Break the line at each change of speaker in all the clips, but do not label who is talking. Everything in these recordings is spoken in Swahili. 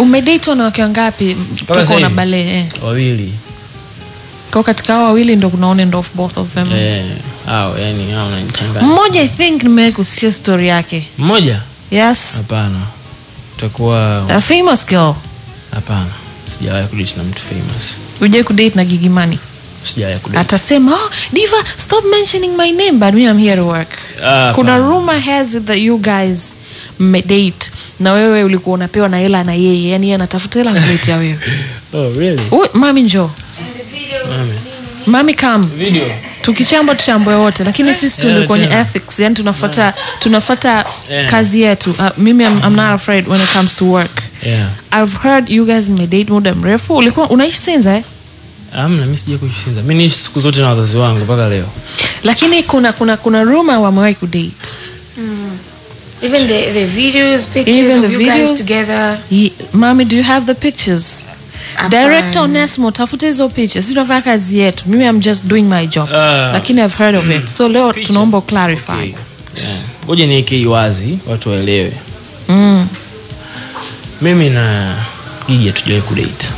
umedate wanawake wangapi
Mpaka
toka
sasa
una
hivi?
bale eh.
wawili
kwa katika hao wawili ndo kuna one and of both of them
eh, hao yani hao wananichanganya
Mm. mmoja i think nimewahi kusikia story yake
mmoja
yes
hapana utakuwa
a famous girl
hapana sijawahi kudate na mtu famous
ujai kudate na gigimani
sijawahi kudate
atasema oh, diva stop mentioning my name but me I'm here to work
Ah,
kuna
hapana.
rumor has it that you guys mmedate na wewe ulikuwa unapewa na hela na yeye yani yeye anatafuta hela kuletea wewe
oh really
Ui, mami njoo mami kam
video
tukichambwa tuchambwe wote lakini sisi
Yeah,
tulikuwa ni
Eh, tena. Eh.
ethics yani tunafata tunafata
Yeah.
kazi yetu uh, mimi I'm, I'm not afraid when it comes to work
yeah
I've heard you guys mmedate muda mrefu ulikuwa unaishi Sinza eh?
amna Ah, mimi sija kushinda mimi niishi siku zote na wazazi wangu mpaka leo
lakini kuna kuna kuna rumor wamewahi kudate
Even the, the videos, pictures
Even
of
the
you guys
videos?
together.
Ye- Mami, do you have the pictures?
Hapana.
Director Onesmo, tafute hizo pictures. Sisi tunafanya kazi yetu. Mimi I'm just doing my job.
Ah.
Lakini I've heard of it. So leo
Picha.
tunaomba clarify.
Okay. Yeah. ngoja niweke wazi watu waelewe
Mm.
mimi na gigi hatujawahi kudate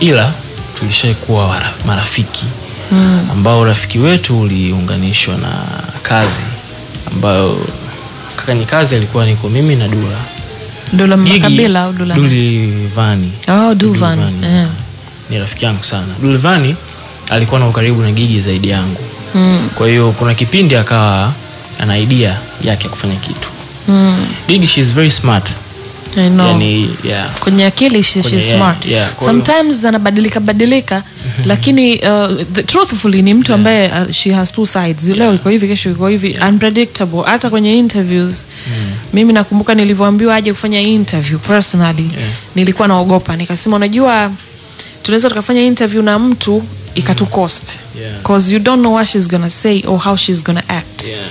ila tulishawai kuwa wara- marafiki mm. ambao urafiki wetu uliunganishwa na kazi ambayo kwenye kazi alikuwa niko mimi na dula
Dola
Gigi,
makabila Mm, au dola? nani?
Dulivani.
Oh, Duvan.
Dulivani,
Eh.
ni rafiki yangu sana dulivani alikuwa na ukaribu na gigi zaidi yangu
Mm.
kwa hiyo kuna kipindi akawa ana idea yake ya kufanya kitu
Mm.
gigi she is very smart
I know.
yani yeah.
kwenye akili she,
Kwenye-
she's smart
yeah, yeah. Kwa hiyo- Mhm.
sometimes anabadilika badilika lakini uh, the, truthfully ni mtu ambaye uh, she has two sides leo iko hivi kesho iko hivi unpredictable hata kwenye interviews
Mm.
mimi nakumbuka nilivyoambiwa aje kufanya interview personally nilikuwa naogopa nikasema unajua tunaweza tukafanya interview na mtu ikatucost
Yeah.
cause you don't know what she's gonna say or how she's gonna act
Yeah.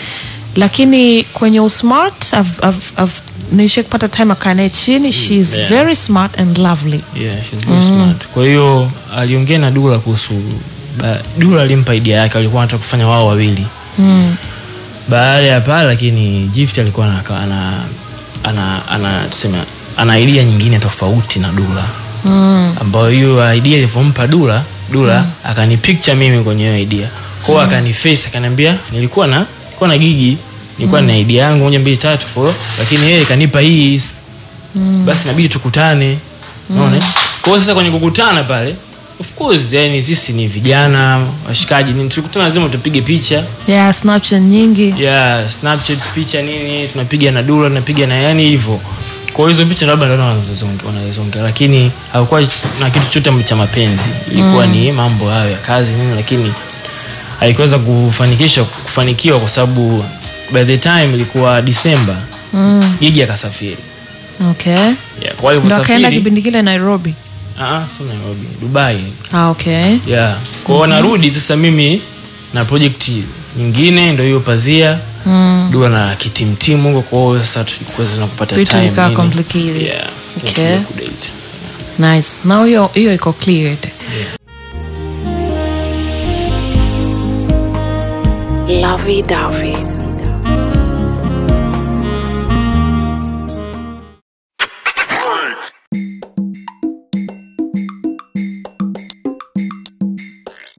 lakini kwenye usmart I've- I've- I've- nilisha kupata time akanae chini she is
Hmm, yeah.
very smart and lovely
Yeah, she's very smart. kwa hiyo aliongea na dula kuhusu ba- dula alimpa idea yake walikuwa wanataka kufanya wao wawili
mm.
baada ya pale lakini gift alikuwa ana ana ana, ana, tuseme, ana idea nyingine tofauti na dula
Mm.
ambayo hiyo idea ilivyompa dula dula mm. akanipicture mimi kwenye hiyo idea kwao mm. akaniface akaniambia nilikuwa na nilikuwa na gigi nilikuwa mm. na idea yangu moja mbili tatu kwa hiyo, lakini yeye kanipa hii mm. basi inabidi tukutane unaona
Mm.
eh? kwa hiyo sasa kwenye kukutana pale of course yani sisi ni vijana washikaji ni tukutana lazima tupige picha
yeah, snapchat nyingi
yeah, snapchat picha nini tunapiga na dula tunapiga na yani hivyo kwa hiyo hizo picha labda ndio wanazozonge- wanazozongea lakini hakukuwa na kitu chote cha mapenzi ilikuwa mm. ni mambo hayo ya kazi nini lakini haikuweza kufanikisha kufanikiwa kwa sababu by the time ilikuwa disemba
mm.
gigi akasafiri
okay
yeah, kwa hiyo
ndo akaenda
kusafiri
kipindi kile nairobi
Ah, ah, sio nairobi dubai
ah, okay
yeah. kwao
Mhm.
narudi sasa mimi na project nyingine ndo hiyo pazia
mm.
dua na kitimtimu huko kwao sasa tukuweza na kupata
Vitu
time
vikawa
nini.
complicated.
Yeah,
Okay.
tunakuja kudate.
nice now hiyo hiyo iko cleared
Lovey Dovey.